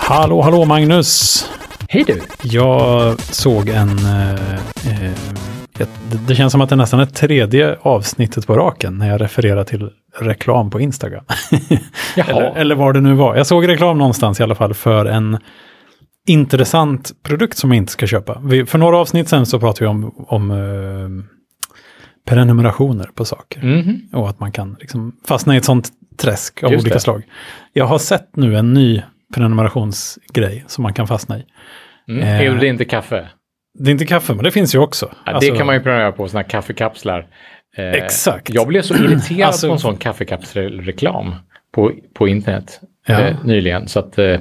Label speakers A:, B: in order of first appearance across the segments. A: Hallå, hallå Magnus!
B: Hej du!
A: Jag såg en... Eh, eh, ett, det känns som att det nästan är tredje avsnittet på raken när jag refererar till reklam på Instagram.
B: Jaha.
A: eller, eller vad det nu var. Jag såg reklam någonstans i alla fall för en intressant produkt som jag inte ska köpa. Vi, för några avsnitt sen så pratade vi om, om eh, prenumerationer på saker.
B: Mhm.
A: Och att man kan liksom fastna i ett sånt träsk av
B: Just
A: olika
B: det.
A: slag. Jag har sett nu en ny prenumerationsgrej som man kan fastna i.
B: Mm.
A: Eh.
B: Jo, det är inte kaffe.
A: Det är inte kaffe, men det finns ju också.
B: Ja,
A: Alltså,
B: det kan man ju prenumerera på, såna här kaffekapslar. Eh,
A: Exakt.
B: Jag blev så irriterad
A: Alltså-
B: på en sån kaffekapselreklam på, på internet
A: Ja.
B: eh, nyligen. Så att, eh, eh,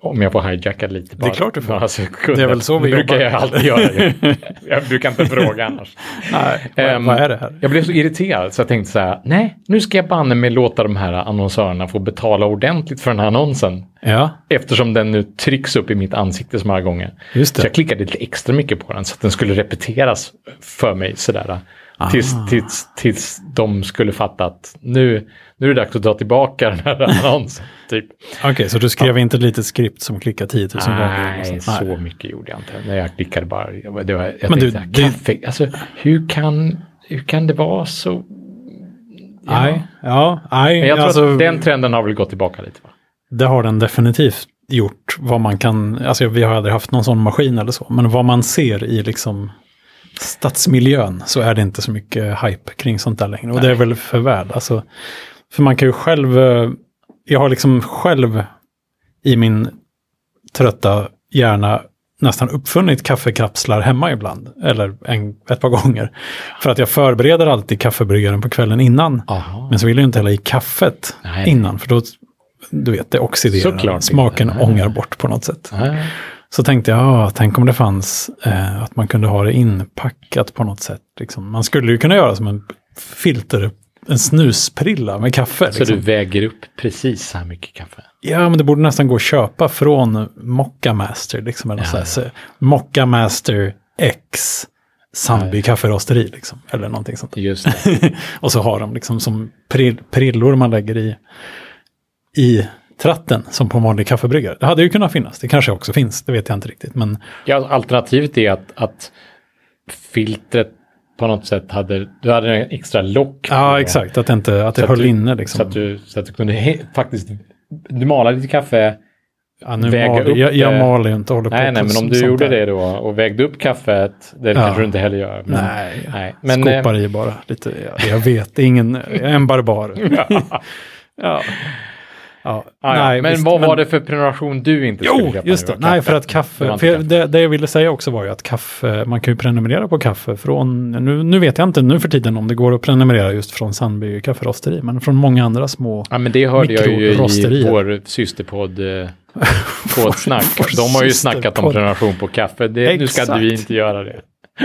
B: om jag får hijackad lite bara.
A: är klart du får.
B: några sekunder.
A: Det är väl så vi
B: det brukar
A: jobbar.
B: jag alltid göra. ju. jag brukar inte fråga annars.
A: Nej, vad,
B: Ehm,
A: vad är det här?
B: Jag blev så irriterad så jag tänkte så här, nej, nu ska jag banne mig låta de här annonsörerna få betala ordentligt för den här annonsen.
A: Ja,
B: Eftersom den nu trycks upp i mitt ansikte så många gånger.
A: Just det.
B: Så jag klickade lite extra mycket på den så att den skulle repeteras för mig sådär.
A: Ah.
B: Tills, tills, tills de skulle fatta att nu, nu är det dags att dra tillbaka den här annonsen. typ.
A: okej, så du skrev inte ett litet skript som klickar 10 000 gånger? eller något
B: Nej,
A: sånt?
B: så mycket gjorde jag inte. Nej, jag klickade bara. Jag, det var,
A: Men
B: jag Men
A: du,
B: du,
A: det-
B: kaffe, alltså, hur, kan, hur kan det vara så?
A: Nej, ja, nej.
B: Men jag tror
A: alltså,
B: att den trenden har väl gått tillbaka lite. Va?
A: Det har den definitivt gjort. Vad man kan, alltså vi har aldrig haft någon sån maskin eller så, men vad man ser i liksom stadsmiljön så är det inte så mycket hype kring sånt där längre. Och det är väl för väl. Alltså, för man kan ju själv, eh, jag har liksom själv i min trötta hjärna nästan uppfunnit kaffekapslar hemma ibland, eller en, ett par gånger. För att jag förbereder alltid kaffebryggaren på kvällen innan.
B: Aha.
A: Men så vill jag ju inte hälla i kaffet
B: Nej.
A: innan, för då, du vet, det oxiderar.
B: Såklart inte.
A: Smaken
B: Nej.
A: ångar bort på något sätt.
B: Ah,
A: Så tänkte jag, ah, tänk om det fanns eh, att man kunde ha det inpackat på något sätt. Liksom. Man skulle ju kunna göra som en filter, en snusprilla med kaffe.
B: så
A: Liksom.
B: du väger upp precis så här mycket kaffe?
A: Ja, men det borde nästan gå att köpa från Mocca Master. Liksom, eller ja. så här, så, Mocca Master X Sandby kafferosteri, liksom, eller någonting sånt.
B: Just det.
A: och så har de liksom som prill, prillor man lägger i, i tratten som på en vanlig kaffebryggare. Det hade ju kunnat finnas, det kanske också finns, det vet jag inte riktigt. Men
B: Ja, alternativet är att, att filtret på något sätt hade, du hade en extra lock. på,
A: ja, exakt, att det, inte, att det
B: Så att
A: höll
B: du-
A: inne
B: Så att,
A: liksom.
B: du, så att du kunde he- faktiskt, du malade ditt kaffe.
A: Ja, nu
B: väga
A: mal,
B: upp
A: jag, jag
B: det.
A: maler ju inte och håller på
B: Nej, nej,
A: på
B: men om
A: sånt
B: du
A: där.
B: gjorde det då och vägde upp kaffet, det kanske du inte heller gör. Men,
A: Nej,
B: nej.
A: Men,
B: Men, eh,
A: skopar i bara lite. Jag, jag vet, det är ingen, jag är en barbar. ja. Ja,
B: ah, ja.
A: nej,
B: men
A: visst,
B: vad var det för prenumeration du inte skulle
A: Jo,
B: köpa?
A: just
B: nu
A: det.
B: då?
A: Nej, för att
B: Det var
A: kaffe...
B: inte
A: För jag, det, det jag ville säga också var ju att kaffe, man kan ju prenumerera på kaffe från... Nu, nu vet jag inte nu för tiden om det går att prenumerera just från Sandby kafferosteri, men från många andra små...
B: Ja, men det hörde jag ju i
A: Mikrorosterier.
B: vår systerpodd eh, Kåtsnack. De har ju snackat om
A: systerpodd.
B: prenumeration på kaffe. Det, nu ska
A: Exakt.
B: vi inte göra det.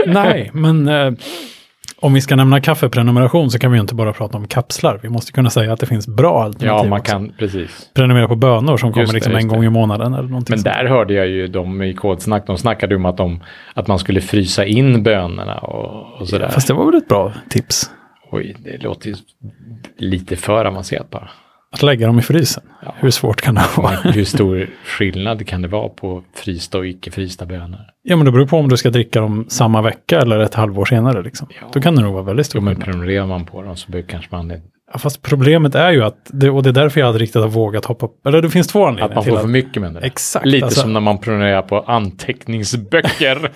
A: Nej, men eh, om vi ska nämna kaffeprenumeration så kan vi ju inte bara prata om kapslar. Vi måste kunna säga att det finns bra alternativ
B: Ja, man
A: också.
B: kan, precis.
A: Prenumerera på bönor som kommer
B: det,
A: liksom en
B: just
A: gång i månaden eller någonting
B: Men
A: sånt.
B: där hörde jag ju de i Kodsnack, de snackade om att, de, att man skulle frysa in bönorna och, och sådär.
A: Fast det var väl ett bra tips?
B: Oj, det låter ju lite för avancerat bara.
A: Att lägga dem i frysen.
B: Ja.
A: Hur svårt kan det vara?
B: Men hur stor skillnad kan det vara på frysta och icke frysta bönor?
A: Ja, men det beror på om du ska dricka dem samma vecka eller ett halvår senare. Liksom. Då kan det nog vara väldigt stor
B: Jo, men
A: skillnad.
B: prenumererar man på dem så bör- kanske man...
A: Ja, Fast problemet är ju att, det, och det är därför jag aldrig riktigt har vågat hoppa upp, eller det finns två
B: Att
A: anledningar
B: man
A: till
B: får
A: att...
B: för mycket med det.
A: Exakt,
B: Lite
A: alltså.
B: som när man prenumererar på anteckningsböcker.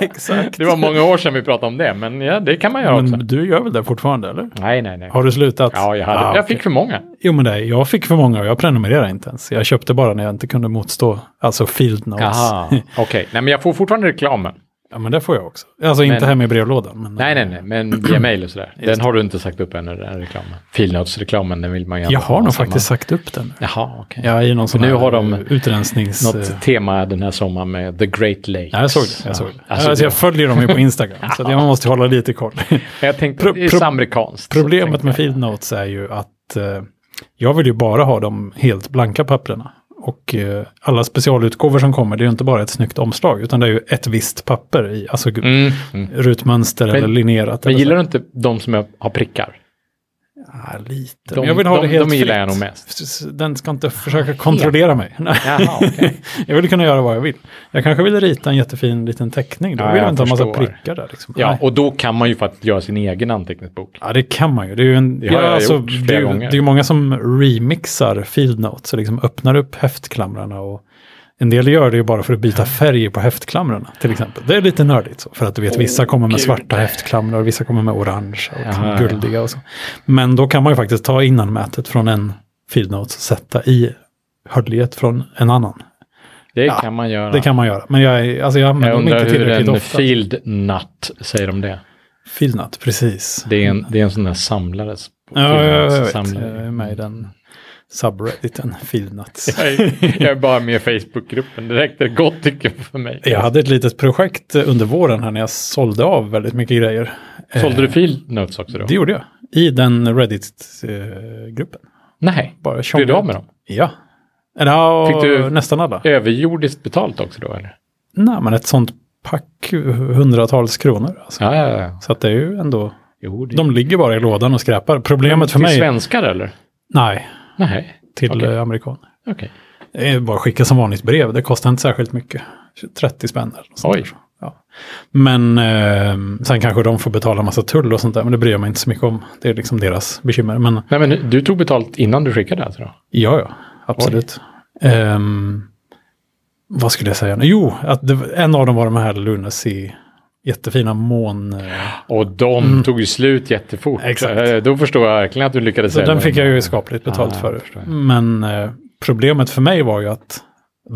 A: Exakt.
B: det var många år sedan vi pratade om det, men ja, det kan man göra också.
A: Men du gör väl det fortfarande, eller?
B: Nej, nej, nej.
A: Har du slutat?
B: Ja, jag, hade,
A: Ah,
B: jag
A: okej.
B: fick för många.
A: Jo, men det, jag fick för många och jag prenumererar inte ens. Jag köpte bara när jag inte kunde motstå, alltså field notes.
B: Aha, okej. Nej, men jag får fortfarande reklamen.
A: Ja, men det får jag också. Alltså inte
B: Men-
A: hem i brevlådan. Men,
B: Nej, nej, nej, men via mail och sådär. Den har du inte sagt upp ännu, den här reklamen. Filnotes-reklamen, den vill man ju
A: Jag
B: gärna
A: har
B: ha
A: nog
B: samma-
A: faktiskt sagt upp den.
B: Jaha, okej.
A: Ja, i någon sån
B: nu
A: här
B: har de
A: utrensnings...
B: Något tema den här sommaren med The Great Lakes.
A: Ja, jag såg det. Jag, såg det.
B: Alltså,
A: alltså, jag följer dem ju på Instagram, så att jag måste hålla lite koll.
B: det- jag tänkte,
A: Pro-
B: det är
A: pro-
B: så amerikanskt. så
A: Problemet
B: tänkte
A: med
B: jag.
A: Field Notes är ju att eh, jag vill ju bara ha de helt blanka papperna. Och eh, alla specialutgåvor som kommer, det är ju inte bara ett snyggt omslag, utan det är ju ett visst papper i, alltså
B: Mm, mm.
A: rutmönster eller linjerat.
B: Men
A: eller
B: gillar du inte de som jag har prickar?
A: så. Ja, lite.
B: De-
A: Men jag vill ha
B: de-
A: det helt
B: de gillar jag
A: fritt.
B: nog mest.
A: S- s- Den ska inte försöka kontrollera mig. Nej.
B: Jaha, okej.
A: jag vill kunna göra vad jag vill. Jag kanske vill rita en jättefin liten teckning. Då
B: Ja,
A: vill jag
B: jag
A: inte ha massa
B: förstår.
A: prickar där. Liksom.
B: Ja,
A: Nej.
B: och då kan man ju faktiskt göra sin egen anteckningsbok.
A: Ja, det kan man ju. Det är ju en,
B: Det har
A: ja,
B: jag
A: alltså,
B: gjort flera
A: det är, ju-
B: gånger.
A: Det är ju många som remixar Field Notes och liksom öppnar upp häftklamrarna. Och en del gör det ju bara för att byta färg på häftklamrarna, till exempel. Det är lite nördigt så, för att du vet, vissa kommer med
B: Gud.
A: svarta häftklamrar, vissa kommer med orange och
B: Jaha, ja.
A: guldiga och så. Men då kan man ju faktiskt ta innanmätet från en Field Notes och sätta i hörlighet från en annan.
B: Det
A: Ja,
B: kan man göra.
A: Det kan man göra, men jag, är- alltså jag använder
B: jag
A: dem
B: undrar
A: inte
B: hur
A: tillräckligt
B: en
A: ofta.
B: field nut säger om det.
A: Field Note, precis.
B: Det är en, det är en sån där samlares.
A: Ja, jag vet. Jag
B: samlare.
A: är med i den subredditen Filnuts.
B: Jag är, jag är bara med i Facebookgruppen. Det räckte gott tycker jag för mig.
A: Jag hade ett litet projekt under våren här när jag sålde av väldigt mycket grejer.
B: Sålde du field nuts också då?
A: Eh. Det gjorde jag. I den Reddit-gruppen.
B: Nej,
A: Bara
B: blev du av med dem?
A: Ja. Eller, ja,
B: Fick du-
A: nästan alla.
B: Överjordiskt betalt också då eller?
A: Nej, men ett sånt pack, hundratals kronor. Alltså.
B: Ja, ja, ja.
A: Så att det är ju ändå,
B: Jo, det...
A: de ligger bara i lådan och skräpar. Problemet för
B: till
A: mig,
B: svenskar eller?
A: nej,
B: Nej,
A: till
B: Okej.
A: eh, amerikaner.
B: okej.
A: Det är bara att skicka som vanligt brev. Det kostar inte särskilt mycket. 30 spänn eller något sånt
B: Oj.
A: där. Ja. Men eh, sen kanske de får betala massa tull och sånt där. Men det bryr jag mig inte så mycket om. Det är liksom deras bekymmer. Men
B: Nej, men du tog betalt innan du skickade alltså då?
A: ja, ja. Absolut. Ehm, vad skulle jag säga? nu? Jo, att det, en av dem var de här Lunacy. Jättefina mån... eh,
B: Och de tog ju slut jättefort.
A: Mm. Exakt.
B: Eh, Då förstår jag verkligen att du lyckades
A: Så den
B: dem.
A: fick jag ju skapligt betalt
B: Ah,
A: för.
B: förstår jag.
A: Men eh, problemet för mig var ju att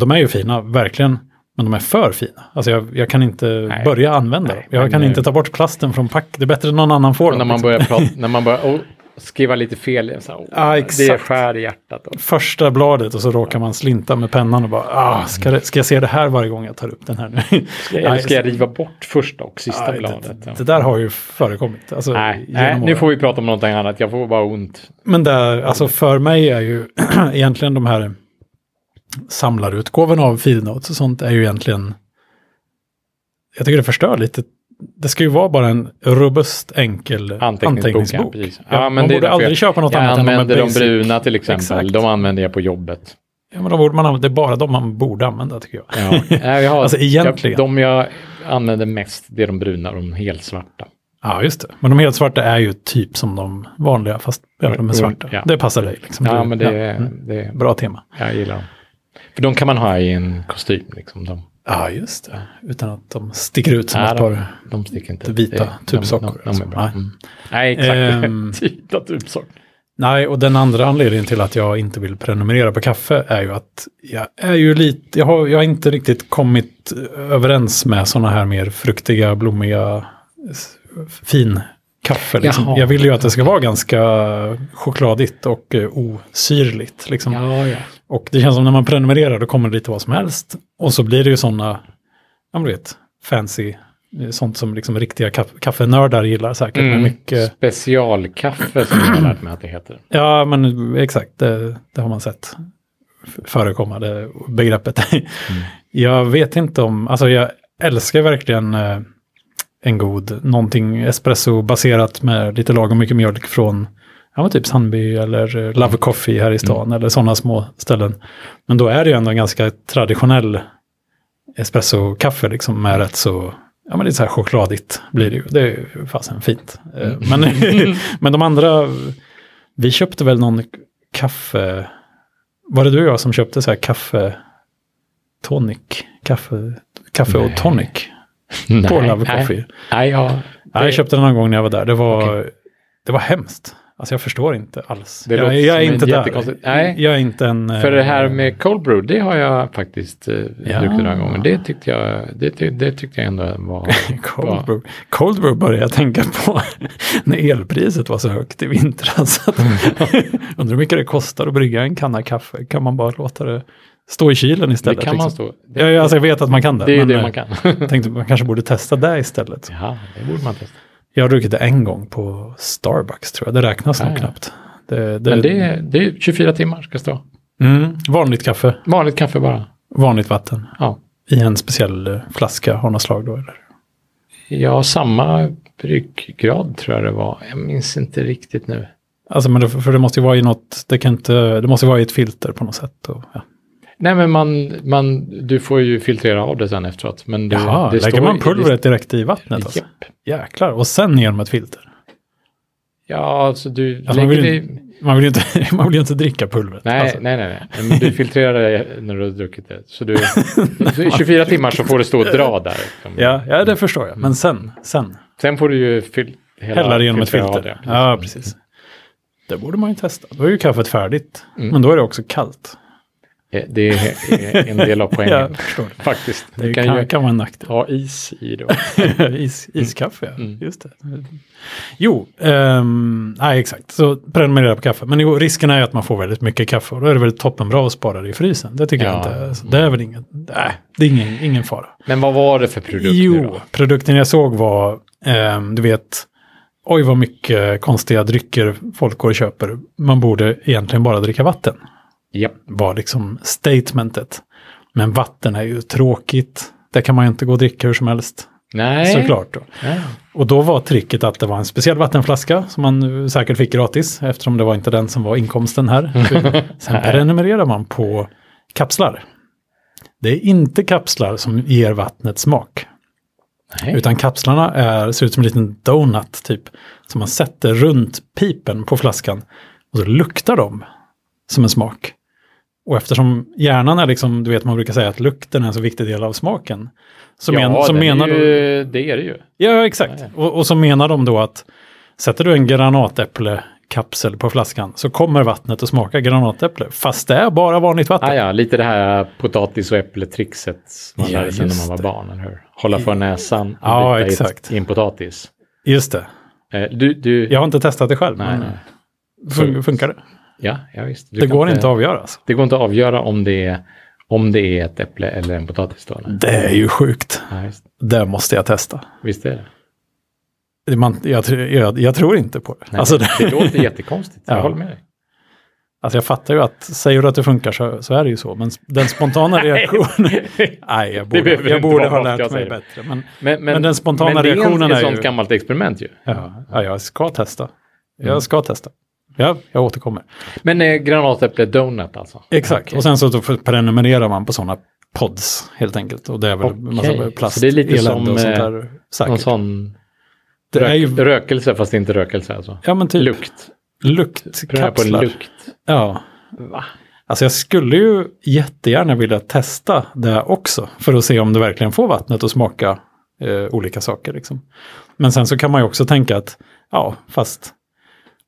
A: de är ju fina, verkligen. Men de är för fina. Alltså jag, jag kan inte
B: Nej.
A: börja använda dem.
B: Nej,
A: Jag
B: men
A: kan
B: nu-
A: inte ta bort plasten från pack. Det är bättre än någon annan får
B: Och när
A: dem.
B: man
A: liksom.
B: börjar, prata, när man börjar oh, skriva lite fel, så här, åh,
A: Ja,
B: det
A: exakt.
B: skär i hjärtat. Då.
A: Första bladet och så råkar man slinta med pennan och bara, ah, ska, det, ska jag se det här varje gång jag tar upp den här nu?
B: Eller
A: Nej,
B: ska jag riva bort första och sista
A: nej,
B: bladet?
A: Det,
B: Ja.
A: det där har ju förekommit. Alltså,
B: Nej,
A: genom
B: nej, nu
A: åren.
B: får vi prata om någonting annat. Jag får bara ont.
A: Men där, alltså för mig är ju egentligen de här samlarutgåvorna av Feednotes och sånt är ju egentligen, jag tycker det förstör lite. Det ska ju vara bara en robust, enkel
B: Anteckningsboken.
A: anteckningsbok.
B: precis.
A: Ja,
B: Ja,
A: man
B: men det är
A: borde
B: därför
A: aldrig
B: jag-
A: köpa något
B: Jag
A: annat än de här
B: använder de
A: basic.
B: bruna till exempel.
A: Exakt.
B: De använder jag på jobbet.
A: Ja, men de borde man, använda- det är bara de man borde använda tycker jag.
B: Ja. Nej, jag har,
A: Alltså, egentligen.
B: Jag, de jag använder mest, det är de bruna och de helt svarta.
A: Ja, just det. Men de helt svarta är ju typ som de vanliga, fast ja, de är svarta.
B: Mm, Ja.
A: Det passar dig. Liksom.
B: Ja,
A: Du-
B: men det,
A: ja. Mm.
B: det,
A: Bra tema.
B: jag gillar dem. För de kan man ha i en kostym. Liksom. De,
A: Ja, just det. Utan att de sticker ut som
B: Nej,
A: ett
B: de-
A: par
B: de sticker inte.
A: Vita
B: Det-
A: tubsockor,
B: De, de, de
A: alltså.
B: är bra.
A: Nej.
B: Mm. Nej, exakt.
A: Ehm.
B: Vita tubsockor.
A: Nej, och den andra anledningen till att jag inte vill prenumerera på kaffe är ju att jag är ju lite, jag har, jag har inte riktigt kommit överens med sådana här mer fruktiga, blommiga, s- fin kaffe. Liksom.
B: Jaha.
A: Jag vill ju att det ska vara ganska chokladigt och eh, osyrligt. Liksom.
B: Ja, ja.
A: Och det känns som när man prenumererar då kommer det lite vad som helst. Och så blir det ju sådana, ja men du vet, fancy, eh, sånt som liksom riktiga kaff- kaffenördar gillar säkert.
B: Mm.
A: Med mycket,
B: Specialkaffe som jag har lärt mig att det heter.
A: Ja, men exakt. Det, det har man sett f- förekomma, det begreppet. Jag vet inte om, alltså jag älskar verkligen eh, en god, någonting espresso-baserat med lite lagom mycket mjölk från ja, men typ Sandby eller eh, Love Coffee
B: Mm.
A: här i stan eller sådana små ställen. Men då är det ju ändå en ganska traditionell espresso-kaffe liksom med rätt så Ja men det är så här chokladigt blir det ju. Det är ju fasen fint. Eh,
B: Mm.
A: Men, men de andra vi köpte väl någon kaffe... Var det du och jag som köpte så här kaffe... Tonic? Kaffe, kaffe och
B: Nej.
A: tonic?
B: Nej,
A: På Love
B: nej.
A: Coffee.
B: Nej, ja.
A: Nej, jag köpte den någon gång när jag var där. Det var, det var hemskt. Alltså jag förstår inte alls.
B: Det
A: jag,
B: låter
A: jag är
B: som en
A: inte där.
B: jättekonstigt- Nej.
A: Jag är inte en...
B: För
A: eh,
B: det här med cold brew, det har jag faktiskt eh, druckit några gånger. Det tyckte jag, det, ty- det tyckte jag ändå var...
A: eh, Cold brew. Cold brew började jag tänka på när elpriset var så högt i vintras. Att- Undrar hur mycket det kostar att brygga en kanna kaffe. Kan man bara låta det stå i kylen
B: det
A: istället?
B: kan man
A: liksom?
B: stå... Det,
A: Ja, ja, alltså jag vet att man kan det.
B: det är ju
A: men,
B: det
A: eh,
B: man kan.
A: Jag tänkte att man kanske borde testa det istället.
B: ja, det borde man testa.
A: Jag har druckit det en gång på Starbucks tror jag. Det räknas nog
B: Ah, ja.
A: knappt. Det, det,
B: Men det, det är 24 timmar ska stå.
A: mm, vanligt kaffe,
B: Vanligt kaffe bara.
A: vanligt vatten.
B: Ja.
A: I en speciell eh, flaska av något slag då eller?
B: Ja, samma brygggrad tror jag det var. Jag minns inte riktigt nu.
A: Alltså, men det, för det måste ju vara i något, det, kan inte, det måste ju vara i ett filter på något sätt. Och, ja.
B: Nej, men man, man, du får ju filtrera av det sen efteråt. Men det,
A: Jaha,
B: det
A: lägger
B: står-
A: man pulvret direkt i vattnet? Alltså.
B: Japp.
A: Jäklar, och sen genom ett filter?
B: Ja, alltså du
A: Alltså, man,
B: lägger
A: vill ju,
B: det...
A: inte- man, vill ju inte, man vill ju inte dricka pulvret.
B: Nej,
A: alltså.
B: nej, nej, nej. Men du filtrerar det när du har druckit det. Så du, så i 24 timmar så får det stå och dra där. liksom.
A: Ja, ja, det förstår jag. Men sen, sen
B: Sen får du ju fil- hela
A: hälla det genom ett
B: filtrera av
A: filter.
B: det.
A: ja, precis. Det borde man ju testa. Då är ju kaffet färdigt.
B: Mm.
A: Men då är det också kallt.
B: Eh, Det är en del av poängen.
A: Ja, jag förstår det.
B: Faktiskt.
A: Det
B: Du
A: kan,
B: kan ju
A: kan, vara en nackdel.
B: ha is i det.
A: Is,
B: Mm.
A: iskaffe, ja. Just det. Jo, ehm, nej exakt. Så prenumerera på kaffe. Men jo, risken är ju att man får väldigt mycket kaffe. Och då är det väl toppenbra att spara det i frysen. Det tycker jag
B: Ja.
A: inte. Så det är väl ingen, nej, det är ingen, ingen fara.
B: Men vad var det för produkt nu
A: Jo,
B: då?
A: produkten jag såg var, ehm, du vet, oj vad mycket konstiga drycker folk går och köper. Man borde egentligen bara dricka vatten,
B: Japp.
A: var liksom statementet. Men vatten är ju tråkigt, det kan man ju inte gå och dricka hur som helst,
B: Nej.
A: såklart. Då.
B: Nej.
A: Och då var tricket att det var en speciell vattenflaska som man eh, säkert fick gratis, eftersom det var inte den som var inkomsten här. Sen prenumererar man på kapslar. Det är inte kapslar som ger vattnet smak.
B: Nej.
A: Utan kapslarna är, ser ut som en liten donut typ. Som man sätter runt pipen på flaskan. Och så luktar de som en smak. Och eftersom hjärnan är liksom, du vet man brukar säga att lukten är en så viktig del av smaken. Så, men,
B: ja,
A: så
B: den
A: menar
B: är
A: de,
B: ju, det är det ju.
A: ja exakt. Och, och så menar de då att sätter du en granatäpplekapsel på flaskan så kommer vattnet att smaka granatäpple. Fast det är bara vanligt vatten.
B: Ah, ja, lite det här potatis och äpple-trixet som man
A: Ja,
B: lärde sig när man
A: just
B: var
A: det.
B: barn. Eller hur? Hålla för näsan och
A: Ja,
B: bita i ett-
A: exakt.
B: i en potatis.
A: Just det.
B: Eh, Du, du,
A: Jag har inte testat det själv.
B: Nej,
A: men
B: nej.
A: fun- funkar det?
B: Ja, ja visst. Du
A: Det
B: kan
A: går inte att avgöra. Alltså.
B: Det går inte att avgöra om det är, om det är ett äpple eller en potatis. Då, eller?
A: Det är ju sjukt.
B: Ja, visst.
A: Det måste jag testa.
B: visst är det.
A: Det- Man, jag, tr- jag, jag tror inte på det.
B: Nej,
A: alltså, det
B: det. låter jättekonstigt.
A: Ja.
B: Jag håller med dig.
A: alltså jag fattar ju att säger du att det funkar så, så är det ju så. Men s- den spontana reaktionen... Nej, jag borde,
B: behöver
A: jag
B: inte
A: borde
B: vara
A: ha lärt
B: något jag
A: mig
B: säger.
A: bättre. Men,
B: Men,
A: Men den spontana
B: men det
A: reaktionen
B: är
A: är
B: ett sånt
A: ju-
B: gammalt experiment ju.
A: ja, ja, jag ska testa.
B: Mm.
A: Jag ska testa. Ja, jag återkommer.
B: Men eh, granatäpple donut alltså?
A: Exakt. Och sen så då f- prenumererar man på sådana pods helt enkelt. Och det är väl en massa
B: Okej,
A: plast,
B: så det är lite
A: elände
B: som,
A: och sånt
B: eh,
A: där.
B: Någon
A: Säkert.
B: sån
A: det är
B: rök,
A: ju,
B: rökelse fast inte rökelse alltså?
A: ja, men typ
B: Lukt. Pröva på en
A: luktkapslar.
B: lukt.
A: Ja,
B: Va?
A: Alltså jag skulle ju jättegärna vilja testa det också för att se om det verkligen får vattnet att smaka eh, olika saker. Liksom. Men sen så kan man ju också tänka att, ja, fast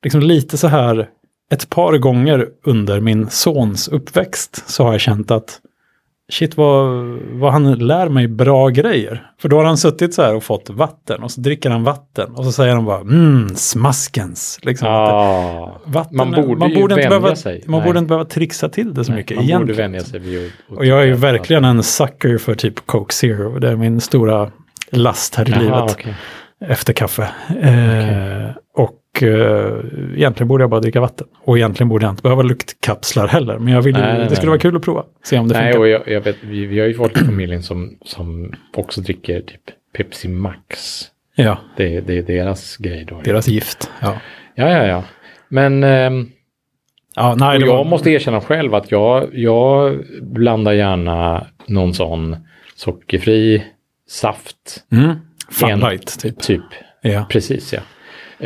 A: liksom lite så här ett par gånger under min sons uppväxt så har jag känt att shit vad, vad han lär mig bra grejer. För då har han suttit så här och fått vatten och så dricker han vatten och så säger han bara mm, smaskens. Liksom. Att det-
B: Ah.
A: Vatten,
B: Man borde ju
A: inte
B: vänja
A: behöva,
B: sig.
A: Man
B: Nej.
A: borde inte behöva trixa till det så mycket
B: Man borde
A: egentligen.
B: vänja sig vid att...
A: Och jag är ju verkligen en sucker för typ Coke Zero. Det är min stora last här i
B: Jaha,
A: livet
B: okej.
A: efter kaffe. Eh, och eh, egentligen borde jag bara dricka vatten. Och egentligen borde jag inte behöva luktkapslar heller. Men jag vill, ju-
B: Nej, nej,
A: det skulle
B: nej.
A: vara kul att prova. Se om det
B: Nej,
A: funkar.
B: och jag, jag vet, vi, vi har ju folk i familjen som, som också dricker typ Pepsi Max.
A: Ja,
B: Det, är- det är deras grej då.
A: deras gift. Ja,
B: Ja, ja, ja. Men ehm,
A: ja nej,
B: och
A: det var-
B: jag måste erkänna själv att jag, jag blandar gärna någon sån sockerfri saft,
A: Mm. Fun
B: en-
A: light, typ.
B: typ.
A: Ja.
B: Precis, ja.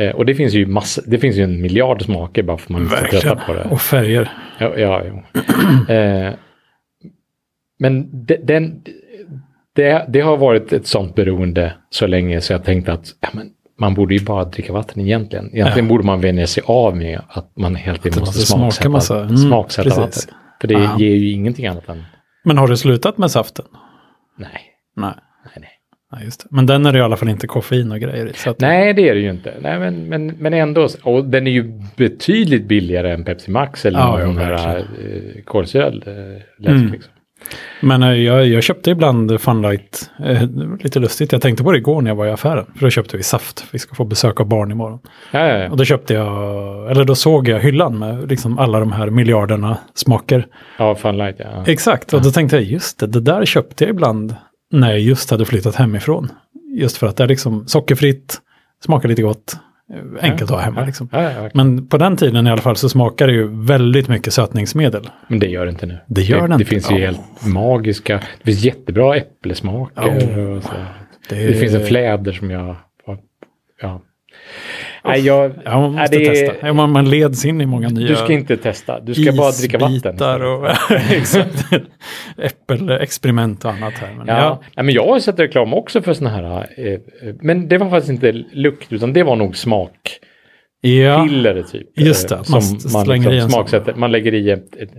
B: Eh, och det finns ju massor, det finns ju en miljard smaker bara för man inte ska
A: Verkligen.
B: trötta på det.
A: Och färger.
B: Ja, ja jo. eh, men de, den, det, det har varit ett sånt beroende så länge så jag tänkte att ja, men, man borde ju bara dricka vatten egentligen. Egentligen borde man vänja sig av med att man hela tiden
A: Att det
B: måste
A: måste smaka
B: smaksätta,
A: massa. Mm,
B: smaksätta
A: precis.
B: vattnet. För det
A: Ja.
B: ger ju ingenting annat än
A: Men har du slutat med saften?
B: nej.
A: Nej.
B: Nej, nej.
A: Ja, just det. Men den är det i alla fall inte koffein och grejer i. Så att,
B: nej, det är det ju inte. Nej, men, men, men ändå, och den är ju betydligt billigare än Pepsi Max eller
A: Ja,
B: någon
A: ja,
B: av de här eh, kolsyrad eh, läsk.
A: Mm.
B: Liksom.
A: Men eh, jag, jag köpte ibland Funlight, eh, det var lite lustigt, jag tänkte på det igår när jag var i affären. För då köpte vi saft, vi ska få besök av barn imorgon.
B: Ja, ja, ja.
A: Och då köpte jag, eller då såg jag hyllan med liksom alla de här miljarderna smaker.
B: ja, Funlight, ja.
A: Exakt, och då tänkte jag just det, det där köpte jag ibland när jag just hade flyttat hemifrån. Just för att det är liksom sockerfritt, smakar lite gott, enkelt att ha hemma. Liksom.
B: Ja, ja, verkligen.
A: Men på den tiden i alla fall så smakar det ju väldigt mycket sötningsmedel.
B: men det gör det inte nu.
A: Det gör det
B: det
A: inte.
B: finns ju
A: Ja.
B: helt magiska, det finns jättebra äpplesmaker.
A: Ja.
B: Och så. Det finns en fläder som jag... Ja. Nej, jag
A: Ja, man måste
B: Nej, det är-
A: testa. Ja, man, man leds in i många nya
B: du ska inte testa, du ska bara dricka vatten.
A: isbitar Och, exakt. Äppelexperiment och annat här. Men
B: Ja.
A: ja.
B: Nej, men jag har sett reklam också för såna här, eh, eh, men det var faktiskt inte lukt utan det var nog smakpiller
A: Ja,
B: typ.
A: Just det,
B: eh,
A: att
B: som
A: man
B: man,
A: s- slänger i en
B: liksom
A: sån.
B: smaksätter. Man lägger i ett, ett,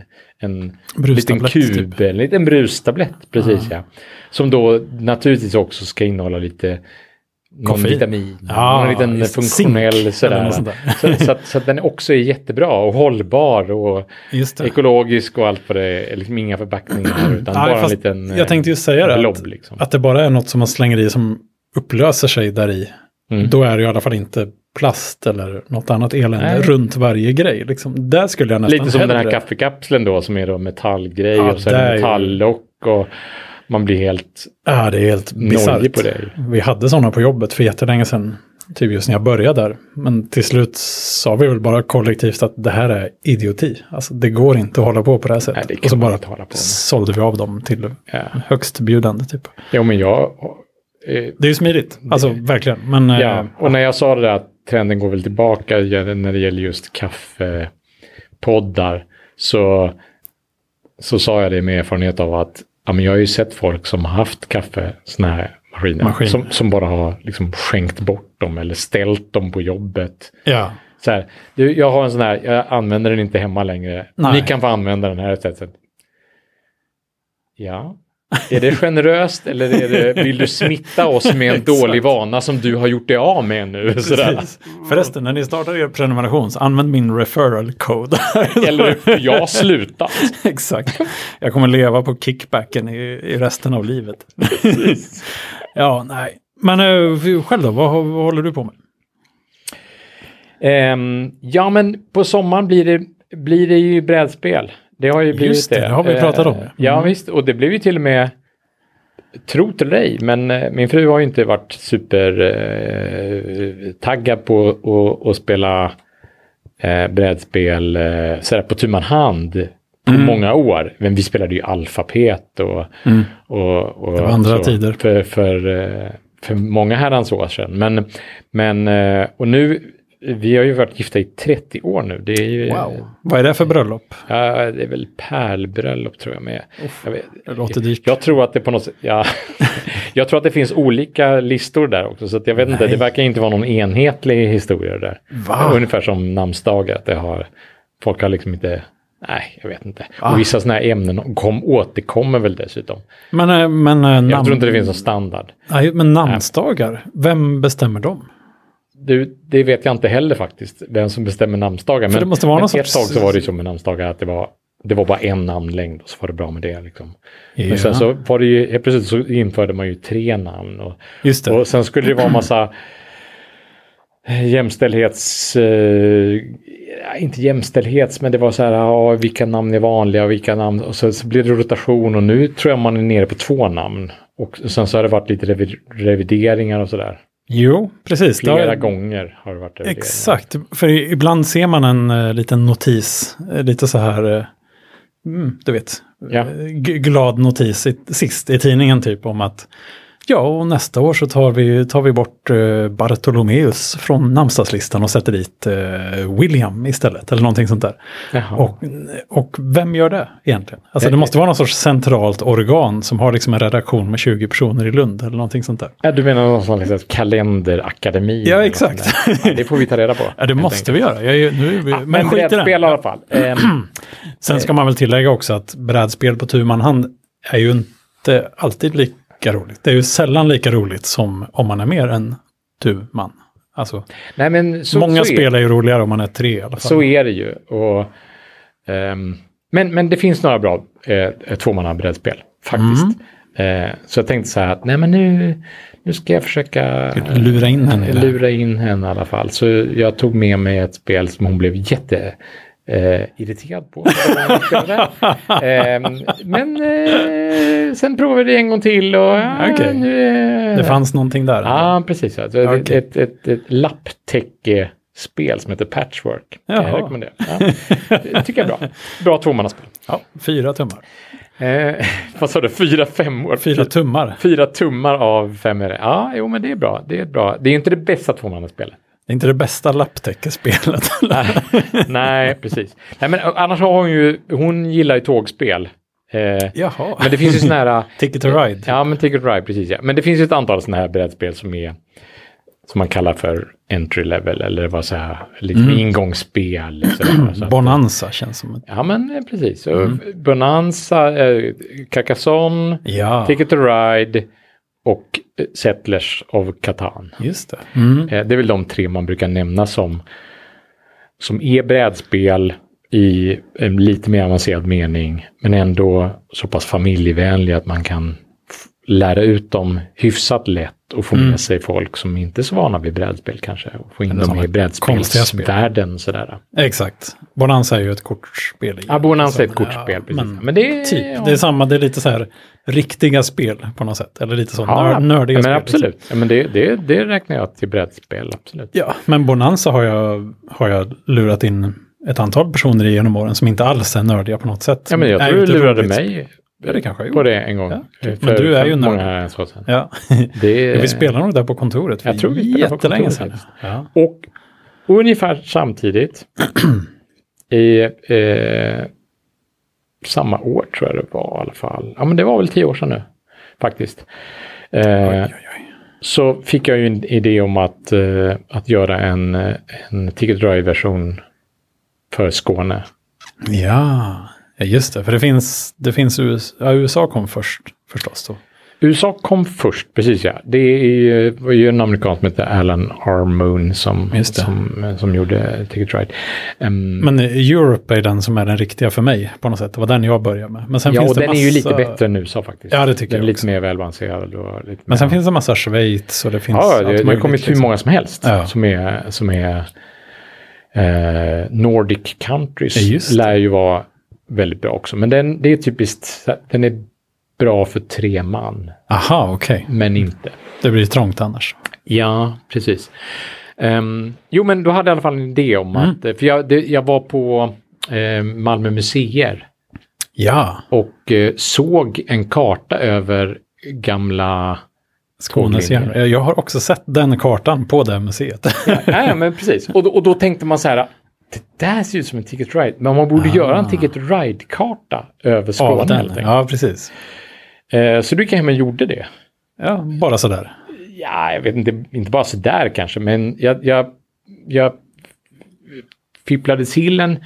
B: en liten
A: brustablett
B: kub,
A: typ.
B: en liten brustablett, precis ja. Som då naturligtvis också ska innehålla lite någon
A: Koffein.
B: vitamin,
A: Ja,
B: någon liten
A: just det.
B: funktionell
A: Zink eller
B: sådär.
A: något sånt
B: Så, så, att, så att den också är jättebra och hållbar och
A: Just det.
B: ekologisk och allt vad det är. Liksom inga förpackningar utan
A: Ja,
B: bara en
A: fast
B: liten eh,
A: jag tänkte just säga det, att-
B: blob. Liksom.
A: Att det bara är något som man slänger i som upplöser sig där i.
B: Mm.
A: Då är det i alla fall inte plast eller något annat elände
B: Nej.
A: runt varje grej. Liksom, där skulle jag nästan
B: Lite som den här
A: hellre-
B: kaffekapseln då som är då metallgrej
A: Ja,
B: och så är
A: där är
B: det
A: ju-
B: metalllock och man blir helt
A: Ja, det är helt
B: nojig
A: bisarrt.
B: på dig.
A: Vi hade sådana på jobbet för jättelänge sedan. Typ just när jag började där. Men till slut sa vi väl bara kollektivt att det här är idioti. Alltså det går inte att hålla på på det här
B: Nej,
A: sättet.
B: det kan
A: och så
B: man
A: bara
B: inte hålla på med.
A: sålde vi av dem till
B: Ja.
A: högstbjudande typ.
B: Jo men jag... eh,
A: Det är ju smidigt, alltså verkligen. Men eh,
B: Ja, och när jag sa det där att trenden går väl tillbaka i- när det gäller just kaffepoddar så, så sa jag det med erfarenhet av att ja, men jag har ju sett folk som har haft kaffe, såna här maskiner,
A: Maskiner.
B: Som, som bara har liksom skänkt bort dem eller ställt dem på jobbet.
A: ja,
B: Så här, du, jag har en sån här, jag använder den inte hemma längre.
A: Nej.
B: Ni kan få använda den här istället. Ja. Är det generöst eller är det, vill du smitta oss med en
A: Exakt.
B: dålig vana som du har gjort dig av med nu? Sådär.
A: precis. Förresten, när ni startar er prenumeration så använd min referral code.
B: Eller jag har slutat.
A: Exakt. Jag kommer leva på kickbacken i, i resten av livet. ja, nej. Men eh, själv då, vad, vad håller du på med?
B: Ehm, ja, men på sommaren blir det, blir det ju brädspel. Det har ju blivit
A: Just det, det har vi pratat om. Mm.
B: Ehm, ja, visst. Och det blev ju till och med, tro det eller ej, men eh, min fru har ju inte varit supertaggad eh, taggad på att och, spela eh, brädspel eh, sådär på tu man hand på
A: Mm.
B: många år. Men vi spelade ju alfabet och, och, och
A: var andra
B: så,
A: tider.
B: För, för, eh, för många herrans år sedan. Men, men eh, och nu, vi har ju varit gifta i 30 år nu. Det är ju,
A: Vad är det för bröllop?
B: ja, det är väl pärlbröllop tror jag med. Jag, vet,
A: Det låter dyrt.
B: jag tror att det på något sätt, ja, jag tror att det finns olika listor där också. Så att jag vet inte, det verkar inte vara någon enhetlig historia där.
A: Va?
B: Ungefär som namnsdagar, att det har, folk har liksom inte, nej, jag vet inte. Och vissa sådana här ämnen kom, återkommer väl dessutom.
A: Men, eh, men, eh, namn,
B: Jag tror inte det finns någon standard.
A: nej, men namnsdagar, vem bestämmer dem?
B: Du, det vet jag inte heller faktiskt, vem som bestämmer namnsdagar. Men,
A: det måste vara
B: men
A: någon
B: ett
A: sorts-
B: tag så var det ju så med namnsdagar att det var, det var bara en namnlängd och så var det bra med det. Liksom.
A: Ja.
B: Men sen så var det ju, helt plötsligt så införde man ju tre namn. Och,
A: Just det.
B: och sen skulle det vara massa jämställdhets... Eh, inte jämställdhets, men det var så här, ja, vilka namn är vanliga och vilka namn... Och så, så blev det rotation och nu tror jag man är nere på två namn. Och sen så har det varit lite revi- revideringar och sådär.
A: jo, precis. det har-
B: Flera gånger har det varit revideringar.
A: Exakt, för i- ibland ser man en eh, liten notis, eh, lite så här, eh, mm, du vet,
B: Ja.
A: eh, g- glad notis i, sist i tidningen typ om att ja, och nästa år så tar vi, tar vi bort eh, Bartolomeus från namnsdagslistan och sätter dit eh, William istället, eller någonting sånt där.
B: Jaha.
A: Och, och vem gör det egentligen? Alltså
B: Eh,
A: det måste vara någon sorts centralt organ som har liksom en redaktion med 20 personer i Lund eller någonting sånt där.
B: Ja, du menar någon sån liksom kalenderakademi?
A: Ja,
B: eller något
A: exakt.
B: sånt där. Ja, det får vi ta reda på.
A: Ja, det
B: helt
A: måste vi göra. Jag är, ju- nu är vi,
B: enkelt. Men skit i det. i alla fall. Ehm,
A: Sen ska man väl tillägga också att brädspel på tu man hand är ju inte alltid lika roligt. Det är ju sällan lika roligt som om man är mer än tu man. Alltså,
B: nej, men så,
A: många
B: så är,
A: spel är ju roligare om man är tre i alla fall.
B: Så är det ju. Och, ehm, men, men det finns några bra eh, tvåmannabrädspel, faktiskt.
A: Mm.
B: Eh, så jag tänkte så här att nej, men nu, nu ska jag försöka
A: Lura in henne i det. här.
B: lura in henne i alla fall. Så jag tog med mig ett spel som hon blev jätte eh, irriterad på. eh, men eh, sen provade vi det en gång till och ja,
A: Okej.
B: nu är...
A: Det fanns någonting där?
B: Ja, precis. Ja. Så
A: Okej.
B: Ett, ett, ett, ett lapptäckespel som heter Patchwork. Kan
A: Jaha.
B: jag rekommendera. Ja. Det tycker jag är bra. Bra tvåmannaspel.
A: Ja, fyra tummar.
B: Eh, vad sa du? Fyra femmor?
A: Fyra tummar.
B: Fyra tummar av fem är det. Ja, jo men det är bra. Det är bra. Det är inte det bästa tvåmannaspelet.
A: Det är inte det bästa lapptäckespelet.
B: Nej, precis. Nej, men annars har hon ju, hon gillar ju tågspel. Eh,
A: Jaha.
B: Men det finns ju sådana här... Eh,
A: Ticket to ride.
B: Ja, men Ticket to Ride, precis. Ja. Men det finns ju ett antal sådana här brädspel som är som man kallar för entry level eller vad så här, liksom ingångsspel. Så där, så att-
A: Bonanza känns som ett...
B: Ja, men eh, precis. Och Bonanza, eh, Carcassonne,
A: Ja,
B: Ticket to Ride och eh, Settlers of Catan.
A: just det. Mm.
B: Eh, Det är väl de tre man brukar nämna som, som är brädspel i en lite mer avancerad mening, men ändå så pass familjevänliga att man kan f- lära ut dem hyfsat lätt och få med sig folk som inte är så vana vid brädspel kanske. Och få in
A: Mm. Eller
B: dem
A: såna
B: i
A: konstiga spel.
B: brädspelsvärlden. sådär.
A: Exakt. Bonanza är ju ett kortspel. i-
B: Ja, Bonanza är ett
A: Så, men,
B: kortspel,
A: ja,
B: precis. Men det är...
A: Typ, det är samma, det är lite så här riktiga spel på något sätt. Eller lite så
B: ja,
A: nör, nördiga
B: men
A: spel. liksom.
B: Absolut, ja, men det, det, det räknar jag till brädspel, absolut.
A: Ja, men Bonanza har jag, har jag lurat in ett antal personer i genom åren som inte alls är nördiga på något sätt.
B: Ja, men jag
A: Är
B: tror du
A: inte
B: lurade
A: roligt.
B: mig
A: Ja, det kanske jag
B: på
A: gjorde.
B: det en gång.
A: Ja,
B: eh,
A: Men du är ju nörd.
B: många år sedan.
A: Ja.
B: Det,
A: Vi spelade nog där på kontoret för
B: Jag tror vi spelade på
A: jättelänge sedan.
B: kontoret.
A: Ja.
B: Och ungefär samtidigt i eh, samma år tror jag det var i alla fall. Ja, men det var väl tio år sedan nu faktiskt. Eh, Så fick jag ju en idé om att, eh, att göra en, eh, en Ticket Drive-version för Skåne.
A: ja, Ja, just det. För det finns, det finns US, ja, USA kom först förstås. Då.
B: USA kom först, precis ja. Det är ju, var ju en amerikan som heter Alan Harmon som,
A: Just det.
B: som, eh, som gjorde Ticket Ride. Ehm,
A: Men eh, Europe är den som är den riktiga för mig på något sätt. Det var den jag började med. Men sen
B: ja,
A: finns
B: och
A: det
B: den
A: massa...
B: är ju lite bättre än USA faktiskt.
A: Ja, det tycker
B: den
A: jag
B: är lite
A: också.
B: mer välbalanserad. Och lite
A: Men sen
B: mer...
A: finns det massa Schweiz och det finns...
B: Ja,
A: allt
B: det, det har
A: möjligt,
B: kommit hur
A: liksom.
B: många som helst
A: Ja.
B: som är, som är eh, Nordic countries.
A: Ja, just det.
B: lär ju vara väldigt bra också. Men den, det är typiskt, så här, den är bra för tre man,
A: Aha, okej.
B: men inte.
A: Det blir trångt annars.
B: Ja, precis. Ehm, jo, men då hade jag i alla fall en idé om
A: Mm.
B: att, eh, för jag, det, jag var på eh, Malmö museer
A: Ja,
B: och eh, såg en karta över gamla
A: Skånes
B: Tåglinjer.
A: järnväg. Jag har också sett den kartan på det museet.
B: Nej, men precis. Och då, och då tänkte man så här, det där ser ut som en Ticket to Ride, men man borde göra en Ticket to Ride-karta över Skåne.
A: Ah. Av
B: helt
A: den.
B: enkelt.
A: Ja, precis.
B: Eh, Så du gick jag hem och gjorde det.
A: Ja, bara sådär.
B: Ja, jag vet inte, inte bara så där kanske, men jag, jag, jag fipplade till en,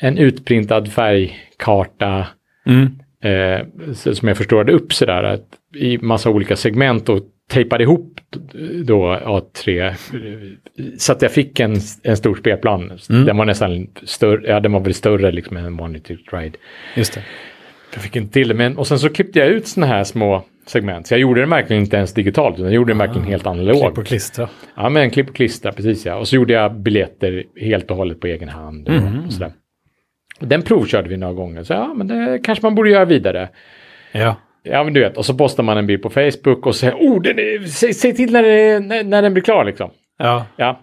B: en utprintad färgkarta
A: Mm.
B: eh, så- som jag förstorade upp sådär att i massa olika segment och tejpade ihop då A3 eh, så att jag fick en, en stor spelplan.
A: Mm.
B: Den var nästan större, ja den var väl större liksom än en vanlig Tilt Ride.
A: Just det.
B: Jag fick inte till det, men och sen så klippte jag ut sådana här små segment. Så jag gjorde det verkligen inte ens digitalt, utan jag gjorde det verkligen helt
A: Ah, Klipp och
B: analogt.
A: klistra.
B: Ja, men klipp och klistra, precis ja. Och så gjorde jag biljetter helt och hållet på egen hand. Och,
A: Mm.
B: och sådär. Och Den provkörde vi några gånger, så ja, men det kanske man borde göra vidare.
A: Ja.
B: Ja, men du vet, och så postar man en bild på Facebook och säger oh, den är, säg, säg till när, det, när, när den blir klar liksom.
A: ja.
B: Ja.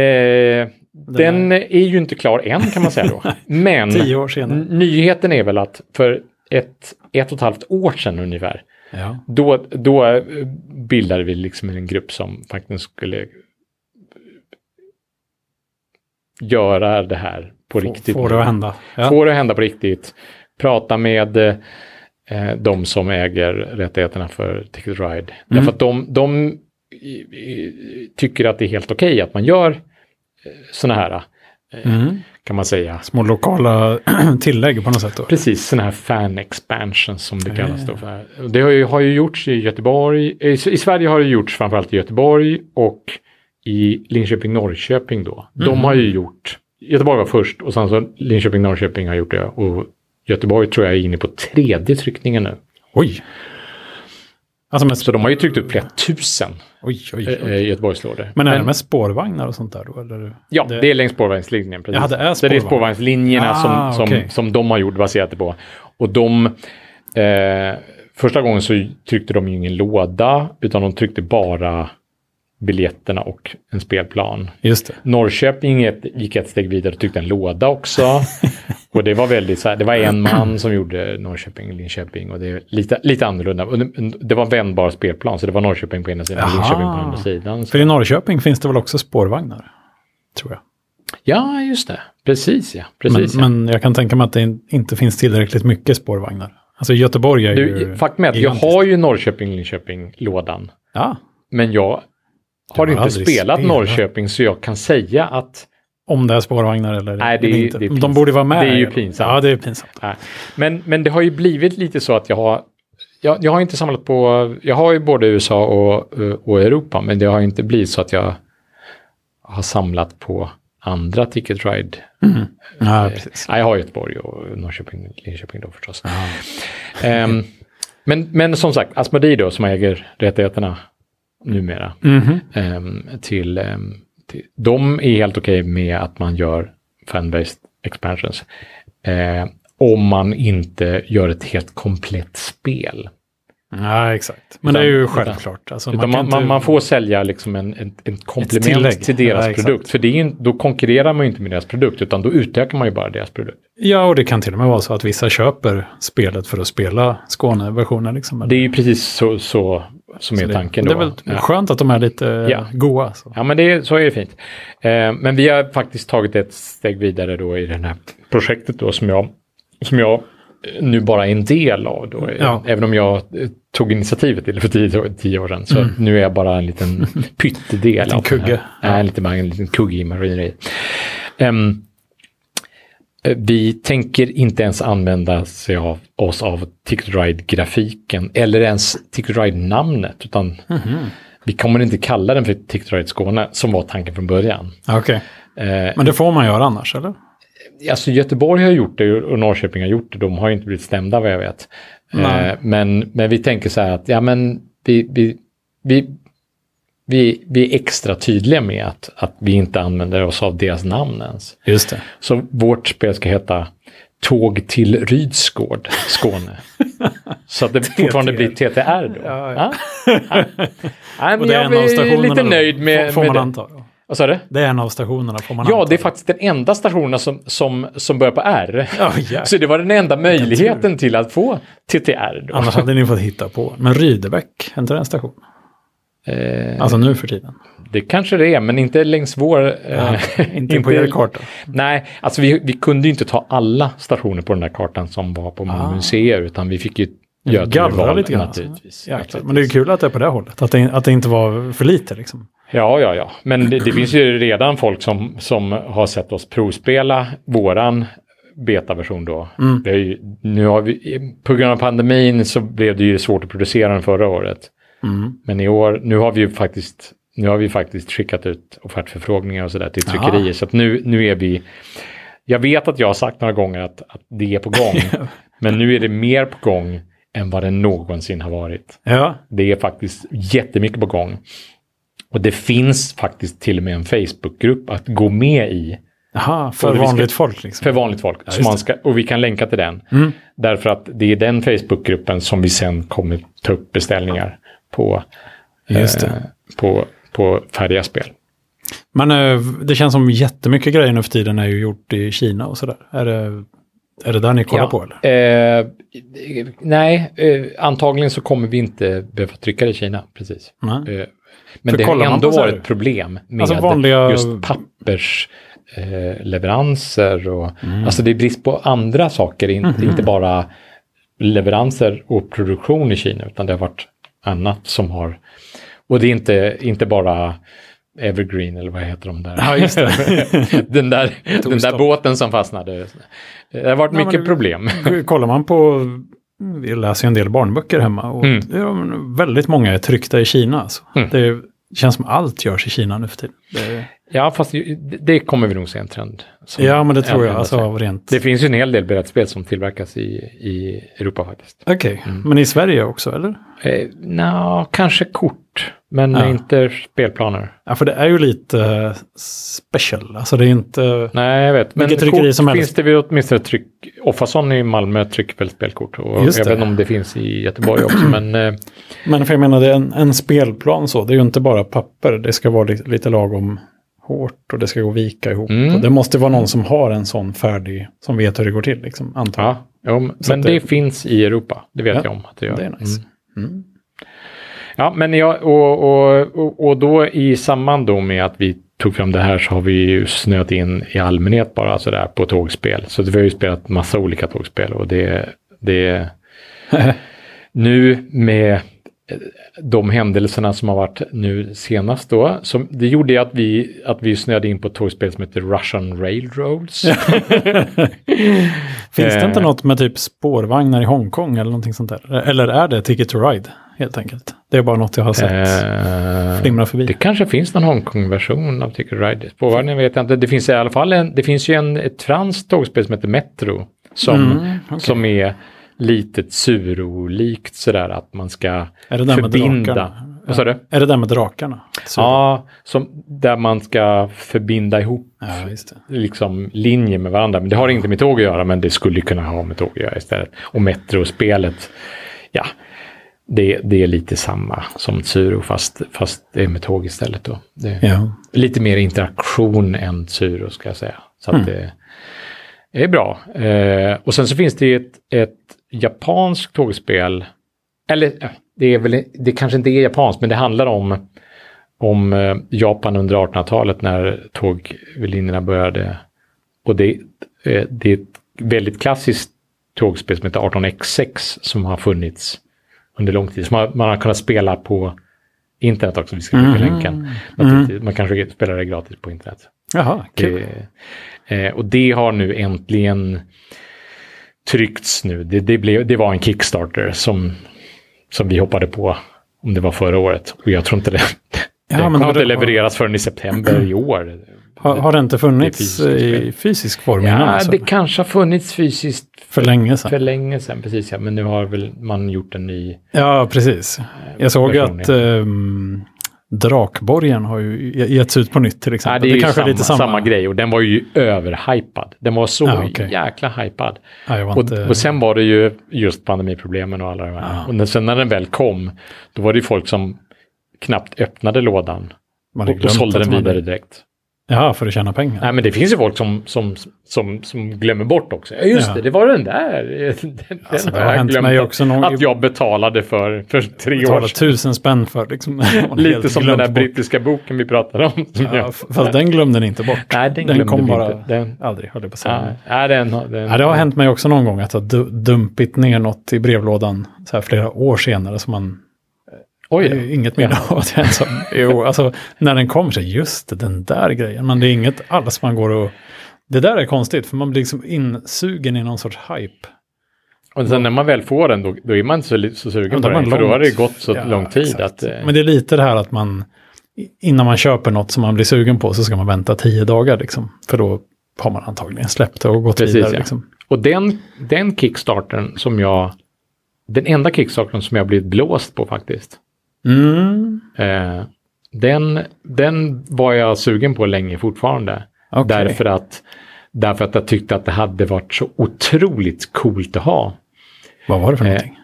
B: Eh, den är ju inte klar än kan man säga då. Men
A: Tio år senare.
B: n- nyheten är väl att för ett, ett och ett halvt år sedan ungefär,
A: Ja.
B: då, då eh, bildade vi liksom en grupp som faktiskt skulle göra det här på riktigt.
A: Får det att hända. Ja.
B: Får det att hända på riktigt. Prata med eh, de som äger rättigheterna för Ticket to Ride.
A: Mm.
B: Därför att de, de i, i, tycker att det är helt okej att man gör sådana här,
A: Mm.
B: kan man säga,
A: Små lokala tillägg på något sätt. Då.
B: precis sådana här fan expansions som det kallas då. För. Det har ju, har ju gjorts i Göteborg, eh, i, S- i Sverige har det gjorts framförallt i Göteborg och i Linköping, Norrköping då.
A: Mhm.
B: De har ju gjort, Göteborg var först och sen så Linköping, Norrköping har gjort det och Göteborg tror jag är inne på tredje tryckningen nu.
A: Oj, Alltså med,
B: Så de har ju tryckt upp flera tusen
A: oj, oj,
B: eh,
A: oj.
B: eh, Göteborgslådor.
A: Men är det med spårvagnar och sånt där då? Eller?
B: Ja,
A: det-
B: det, är längs spårvagnslinjen. Precis.
A: Ja, det är
B: Så det är
A: spårvagn.
B: spårvagnslinjerna
A: Ah,
B: som, som,
A: okej.
B: som de har gjort baserat det på. Och de... Eh, första gången så tryckte de ju ingen låda, utan de tryckte bara biljetterna och en spelplan.
A: Just det.
B: Norrköping ett, gick ett steg vidare och tryckte en låda också. och det var väldigt så här, det var en man som gjorde Norrköping och Linköping och det är lite, lite annorlunda. Och det, det var en vändbar spelplan, så det var Norrköping på ena sidan och
A: Jaha.
B: Linköping på andra sidan. Så,
A: För i Norrköping finns det väl också spårvagnar? Tror jag.
B: ja, just det. Precis ja.
A: Men,
B: Precis, ja.
A: men jag kan tänka mig att det in- inte finns tillräckligt mycket spårvagnar. Alltså Göteborg är
B: Du,
A: ju...
B: faktum är att jag
A: gigantiskt.
B: har ju Norrköping-Linköping-lådan,
A: Ja,
B: men jag
A: har
B: har inte
A: aldrig
B: spelat
A: spelat.
B: Norrköping så jag kan säga att...
A: om det är spårvagnar eller,
B: Nej, det är
A: eller
B: ju-
A: inte.
B: det är
A: De
B: pinsamt.
A: borde vara med.
B: Det är ju
A: i-
B: pinsamt.
A: Ja, det är pinsamt.
B: Nej. äh, Men, men det har ju blivit lite så att jag har... Jag, jag har inte samlat på... Jag har ju både USA och, eh, och Europa, men det har inte blivit så att jag har samlat på andra Ticket Ride.
A: Ja, precis.
B: Nej, jag har Göteborg och Norrköping och Linköping då förstås. Ehm, men, men som sagt, Asmodee då, som äger rättigheterna numera,
A: Mhm.
B: ehm, till, ehm, till... De är helt okej med att man gör fan-based expansions. Eh, om man inte gör ett helt komplett spel.
A: Ja, exakt. Men
B: Utan-
A: det är ju
B: utan-
A: självklart. Alltså,
B: Utan
A: kan
B: man, man,
A: inte-
B: man får sälja liksom en, en, en komplement
A: tillägg.
B: till deras
A: Ja, exakt.
B: produkt. För det är ju, då konkurrerar man ju inte med deras produkt, utan då utökar man ju bara deras produkt.
A: Ja, och det kan till och med vara så att vissa köper spelet för att spela Skåneversionen. Liksom, eller-
B: Det är ju precis så, så som
A: Så
B: är
A: det-
B: tanken
A: Det
B: då.
A: är väl
B: ja.
A: skönt att de är lite
B: Ja.
A: ja. goa. Så.
B: ja, men det är, så är det fint. Eh, men vi har faktiskt tagit ett steg vidare då i det här projektet då som jag, som jag eh, nu bara är en del av då.
A: Ja.
B: Även om jag eh, tog initiativet till det för tio, tio år sedan. Så nu är jag bara en liten pyttedel. av den här.
A: kugge.
B: Ja, en liten, en liten kugge i maskineriet. Ehm, eh, vi tänker inte ens använda sig av, oss av Ticket Ride-grafiken eller ens Ticket Ride-namnet. Utan Vi kommer inte kalla den för Ticket Ride Skåne, som var tanken från början.
A: Okej,
B: Eh,
A: men det får man göra annars, eller?
B: alltså Göteborg har gjort det och Norrköping har gjort det. De har ju inte blivit stämda vad jag vet.
A: Nej.
B: Eh, men, men vi tänker så här att ja, men vi, vi, vi, vi, vi är extra tydliga med att, att vi inte använder oss av deras namn ens.
A: Just det.
B: Så vårt spel ska heta Tåg till Rydsgård, Skåne. Så att det fortfarande blir TTR då.
A: Ja, ja.
B: Ja. Ja. Nej, men
A: Och det är
B: jag
A: en av
B: är
A: stationerna.
B: lite
A: då,
B: nöjd med,
A: får- Får
B: med
A: man
B: det.
A: anta. då.
B: Vad sa du?
A: Det är en av stationerna, får man
B: Ja,
A: anta.
B: det är faktiskt den enda stationen som, som, som börjar på R.
A: Ja, jäklar.
B: Så det var den enda möjligheten till att få TTR då.
A: Annars hade ni fått hitta på. Men Rydebäck, är inte det en station?
B: Eh,
A: Alltså nu för tiden.
B: det kanske det är, men inte längs vår... eh,
A: Inte på er karta.
B: Nej, alltså vi, vi kunde ju inte ta alla stationer på den där kartan som var på Malmö
A: Ah.
B: museer, utan vi fick ju göra ett
A: Gallra
B: urval,
A: lite grann,
B: naturligtvis.
A: Jäklar. Men det är ju kul att det är på det hållet. Att det, att det inte var för lite liksom.
B: Ja, ja, ja. Men det, det finns ju redan folk som, som har sett oss provspela våran betaversion då. Det är ju, nu har vi, på grund av pandemin så blev det ju svårt att producera den förra året. Men i år, nu har vi ju faktiskt, nu har vi faktiskt skickat ut offertförfrågningar och sådär till tryckerier. Så att nu, nu är vi, jag vet att jag har sagt några gånger att, att det är på gång. men nu är det mer på gång än vad det någonsin har varit.
A: Ja,
B: Det är faktiskt jättemycket på gång. Och det finns faktiskt till och med en Facebookgrupp att gå med i
A: Jaha, för
B: Och vi ska-
A: vanligt folk liksom.
B: för vanligt folk. så man ska, och vi kan länka till den.
A: Mm.
B: Därför att det är den Facebookgruppen som vi sen kommer ta upp beställningar på, eh,
A: Just det.
B: på, på färdiga spel.
A: Men eh, det känns som jättemycket grejer nu för tiden är ju gjort i Kina och sådär. Är det, är det där ni kollar på eller?
B: Eh, nej, eh, antagligen så kommer vi inte behöva trycka det i Kina. Precis.
A: Nej.
B: Eh, men
A: För
B: det har
A: kollar man
B: ändå
A: på så här-
B: varit ett problem med
A: Alltså vanliga-
B: just pappersleveranser. Eh, leveranser och,
A: Mm.
B: Alltså det är brist på andra saker, in,
A: Mhm.
B: inte bara leveranser och produktion i Kina, utan det har varit annat som har... Och det är inte, inte bara Evergreen eller vad heter de där?
A: Ja, just
B: den, där den där
A: Tog
B: båten som fastnade. Det har varit
A: Nej, men
B: mycket
A: det-
B: problem.
A: Kollar man på, vi läser ju en del barnböcker hemma och
B: Mm.
A: det är, de- väldigt många är tryckta i Kina. Alltså.
B: Mm.
A: Det är- känns som allt görs i Kina nu för tiden. Det är,
B: Ja, fast ju- det kommer vi nog se en trend. som
A: Ja, men det tror jag.
B: ändrar
A: Alltså,
B: sig.
A: av rent...
B: Det finns ju en hel del brädspel som tillverkas i, i Europa faktiskt.
A: Okej, men i Sverige också, eller?
B: Eh, Nja, kanske kort, men
A: Ja.
B: inte spelplaner.
A: Ja, för det är ju lite eh, special. Alltså det är inte...
B: Nej, jag vet. Men
A: Vilket tryckeri
B: kort
A: som helst.
B: finns det väl åtminstone tryck. Offason i Malmö trycker väl spelkort. Och
A: Just
B: jag
A: det.
B: vet inte om det finns i Göteborg också, men eh,
A: Men för jag menar, det är en, en spelplan så. Det är ju inte bara papper. Det ska vara li- lite lagom hårt och det ska gå att vika ihop.
B: Mm.
A: Och det måste vara någon som har en sån färdig, som vet hur det går till, liksom, antar jag.
B: ja. Jo, men
A: Så att
B: det,
A: det-
B: finns i Europa. Det vet
A: Ja,
B: jag om att det gör.
A: Det är nice.
B: Mm. Ja, men jag, och, och, och, och då i samband då med att vi tog fram det här så har vi ju snöat in i allmänhet bara sådär på tågspel. Så vi har ju spelat massa olika tågspel och det, det nu med eh, de händelserna som har varit nu senast då, som, det gjorde ju att vi, att vi snöade in på ett tågspel som heter Russian Railroads.
A: Finns det
B: Eh.
A: inte något med typ spårvagnar i Hongkong eller någonting sånt där? Eller är det Ticket to Ride, helt enkelt? Det är bara något jag har sett
B: Eh,
A: flimra förbi.
B: Det kanske finns någon Hongkong-version av Ticket to Ride. Spårvagnen vet jag inte. Det finns i alla fall en, det finns ju en, ett franskt tågspel som heter Metro. Som,
A: Mm, okej.
B: som är lite Tsuro-likt sådär att man ska
A: Är det där med
B: förbinda.
A: drakarna?
B: Vad sa du?
A: Är det där med drakarna? Så-
B: Ja, som, där man ska förbinda ihop
A: ja, just det.
B: liksom linjer med varandra. Men det har inget med tåg att göra, men det skulle kunna ha med tåg att göra istället. Och Metro-spelet, ja, det, det är lite samma som Tsuro, fast, fast det är med tåg istället. Då. Det är
A: Ja.
B: Lite mer interaktion än Tsuro, ska jag säga. Så att det, det är bra. Eh, och sen så finns det ju ett, ett japanskt tågspel, eller eh, det är väl, det kanske inte är japanskt, men det handlar om om eh, Japan under 1800-talet när tåglinjerna började. Och det, eh, det är ett väldigt klassiskt tågspel som heter 18X6 som har funnits under lång tid. Som har, man har kunnat spela på internet också. Vi ska skicka
A: Mhm. Mm.
B: länken. Naturligtvis. Man kanske spelar det gratis på internet.
A: Jaha, kul.
B: Det, eh, och det har nu äntligen tryckts nu. Det, det, blev, det var en Kickstarter som, som vi hoppade på, om det var förra året. Och jag tror inte det,
A: Ja,
B: det
A: men
B: kommer
A: har
B: inte
A: det-
B: levereras förrän i september i år.
A: Har, har det inte funnits
B: Det är fysiskt
A: i fysisk form
B: Ja,
A: innan? Alltså?
B: det kanske har funnits fysiskt
A: För länge sedan.
B: för länge sedan, precis ja. Men nu har väl man gjort en ny...
A: Ja, precis. Jag såg ju att
B: personligen.
A: ehm, Drakborgen har ju ge- getts ut på nytt till
B: Nej,
A: exempel.
B: det är, ju
A: kanske
B: samma,
A: är lite samma,
B: grej och den var ju överhypad. Den var så
A: Ah, okej. eh,
B: jäkla hypad.
A: Ja, jag var
B: Och,
A: inte...
B: och sen var det ju just pandemiproblemen och alla de här. Och när, sen när den väl kom, då var det ju folk som knappt öppnade lådan
A: man hade
B: och, och
A: glömt
B: sålde
A: att
B: den
A: man hade-
B: vidare direkt.
A: Ja, för att tjäna pengar.
B: Nej, men det finns ju folk som, som, som, som glömmer bort också. Ja, just
A: Ja.
B: det, det var den där. Den, den
A: Alltså, det
B: har
A: har
B: jag
A: hänt
B: glömt
A: mig
B: att-
A: också någon-
B: Att jag betalade för, för tre år
A: Betala
B: sedan.
A: tusen spänn för liksom. Man har
B: Lite
A: helt
B: som den
A: glömt
B: där
A: bort.
B: brittiska boken vi pratade om. Som
A: Ja,
B: jag,
A: f- fast den glömde ni inte bort.
B: nej, den, glömde
A: kom
B: vi
A: bara
B: inte. Den,
A: aldrig, höll jag på att säga.
B: ja, nej, den, den,
A: Ja, det har hänt mig också någon gång att jag du- dumpit ner något i brevlådan så här flera år senare som man
B: Oj,
A: det är ju inget minne av att jag ens har- Jo, alltså när den kommer så just det, den där grejen. Men det är inget alls man går och... Det där är konstigt för man blir liksom insugen i någon sorts hype.
B: Och sen när man väl får den, då, då är man inte så, li- så sugen
A: Ja,
B: på
A: då har man
B: den, för då
A: långt.
B: har det gått så
A: Ja,
B: lång tid.
A: exakt.
B: Att, eh,
A: Men det är lite det här att man innan man köper något som man blir sugen på så ska man vänta tio dagar liksom. För då har man antagligen släppt det och gått
B: Precis,
A: vidare.
B: ja.
A: Liksom.
B: Och den, den kickstarten som jag, den enda kickstarten som jag blivit blåst på faktiskt,
A: Mm,
B: eh, den, den var jag sugen på länge fortfarande.
A: Okej.
B: Därför, att, därför att jag tyckte att det hade varit så otroligt coolt att ha.
A: vad var det för
B: Eh,
A: någonting?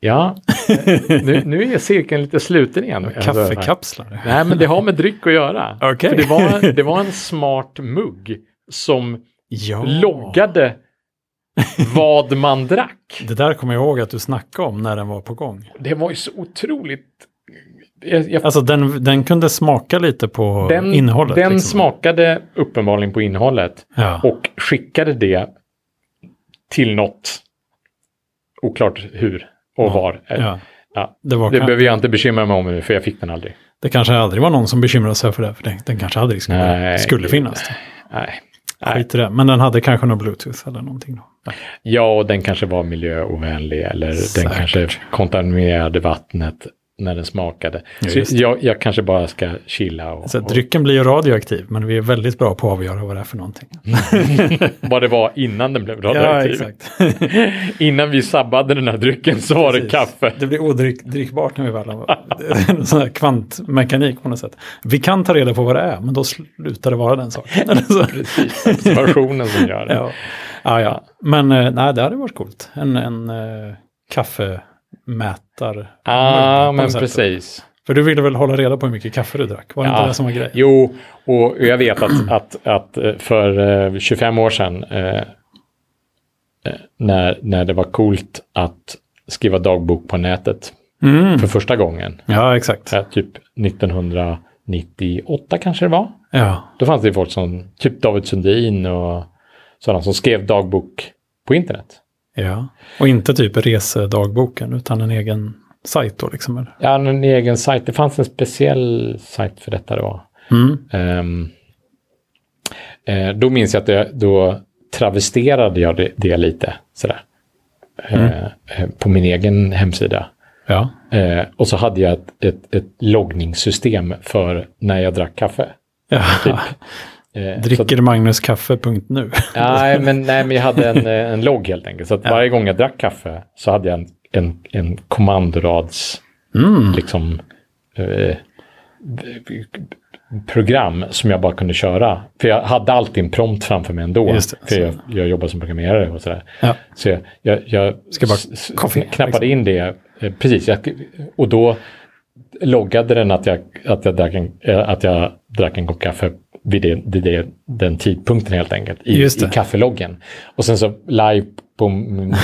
B: Ja, eh, nu, nu är cirkeln lite sluten igen.
A: Kaffekapslar?
B: alltså, Nej, men det har med dryck att göra.
A: Okej.
B: För det, var, det var en smart mugg som
A: Ja.
B: loggade vad man drack.
A: Det där kommer jag ihåg att du snackade om när den var på gång.
B: Det var ju så otroligt... Jag, jag,
A: Alltså den, den kunde smaka lite på
B: den
A: innehållet.
B: den
A: liksom.
B: smakade uppenbarligen på innehållet
A: Ja.
B: och skickade det till något oklart hur och var.
A: ja.
B: Ja.
A: Det, var
B: Det
A: kan,
B: behöver jag inte bekymra mig om nu, för jag fick den aldrig.
A: det kanske aldrig var någon som bekymrade sig för det, för den, den kanske aldrig skulle,
B: Nej.
A: skulle finnas.
B: Nej.
A: Skit i det. Men den hade kanske någon bluetooth eller någonting. Då.
B: Ja, och den kanske var miljöovänlig eller den
A: Säkert.
B: kanske kontaminerade vattnet. när den smakade.
A: Ja, just
B: så
A: det.
B: jag, jag kanske bara ska chilla och,
A: Så att drycken blir ju radioaktiv, men vi är väldigt bra på att avgöra vad det är för någonting.
B: och vad det var innan den blev
A: Ja,
B: radioaktiv.
A: exakt.
B: innan vi sabbade den här drycken så var det
A: Precis.
B: kaffe.
A: Det blir odrickbart när vi väl har... Det är en sån här kvantmekanik på något sätt. Vi kan ta reda på vad det är, men då slutar det vara den saken. Eller så.
B: Precis, observationen som gör det.
A: ja. Ja, ja. Men eh, nej, det hade varit coolt. En, en eh, kaffemätar.
B: ah,
A: på
B: men
A: något sätt.
B: precis.
A: För du ville väl hålla reda på hur mycket kaffe du drack? Var det inte det som var grejen?
B: Jo, och jag vet att, att, att eh, för eh, 25 år sedan eh, eh, när, när det var coolt att skriva dagbok på nätet
A: Mm.
B: för första gången,
A: Ja, exakt.
B: eh, typ 1998 kanske det var,
A: Ja,
B: då fanns det folk som typ David Sundin och sådana som skrev dagbok på internet.
A: ja. Och inte typ resedagboken, utan en egen sajt då liksom. Eller?
B: Jag hade en egen sajt, det fanns en speciell sajt för detta då.
A: Mm.
B: Ehm, eh, då minns jag att jag, då travesterade jag det, det lite sådär. Eh, eh, på min egen hemsida.
A: Ja.
B: Eh, och så hade jag ett, ett, ett loggningssystem för när jag drack kaffe.
A: ja.
B: Eh, så att-
A: Drickermagnuskaffe.nu.
B: nej, men, nej, men jag hade en, eh, en logg helt enkelt. Så att varje gång jag drack kaffe så hade jag en, en, en kommandorads
A: Mm.
B: liksom, eh, program som jag bara kunde köra. För jag hade alltid en prompt framför mig ändå.
A: Just det,
B: för jag, jag jobbar som programmerare och sådär.
A: Ja.
B: Så jag, jag, jag
A: Ska bara
B: s- s-
A: kopiera,
B: knappade
A: liksom.
B: in det. eh, Precis, jag, och då loggade den att jag, att jag, drack, en, eh, att jag drack en kopp kaffe vid, det, vid det, den tidpunkten helt enkelt. I,
A: Just det.
B: i kaffeloggen. Och sen så live på, min-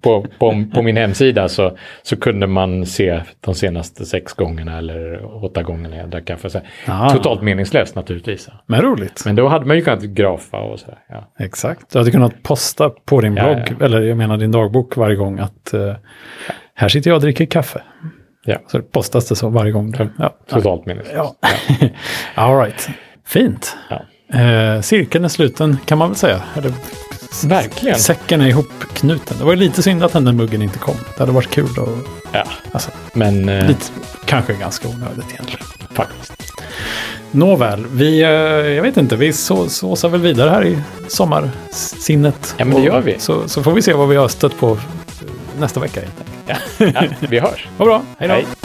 B: på, på, på min hemsida så, så kunde man se de senaste sex gångerna eller åtta gångerna jag drack kaffe. Så,
A: Ah.
B: Totalt meningslöst naturligtvis.
A: Men roligt.
B: Men då hade man ju kunnat grafa och sådär. Ja.
A: Exakt. Du hade kunnat posta på din
B: Ja,
A: blogg, eller jag menar din dagbok varje gång att eh, här sitter jag och dricker kaffe.
B: Ja.
A: Så postas det så varje gång. då. Ja.
B: Totalt meningslöst.
A: ja. All right. Fint.
B: Ja.
A: Eh, cirkeln är sluten kan man väl säga. Eller,
B: Verkligen.
A: säcken är ihopknuten. Det var ju lite synd att den där muggen inte kom. Det hade varit kul och
B: Ja.
A: alltså,
B: Men eh,
A: lite, kanske ganska onödigt egentligen.
B: faktiskt.
A: Nåväl, vi, eh, jag vet inte, vi så, såsar väl vidare här i sommarsinnet.
B: Ja, men det
A: Och
B: gör vi.
A: Så, så får vi se vad vi har stött på nästa vecka helt enkelt.
B: Ja, vi hörs.
A: Vad bra, hej då!
B: Hej.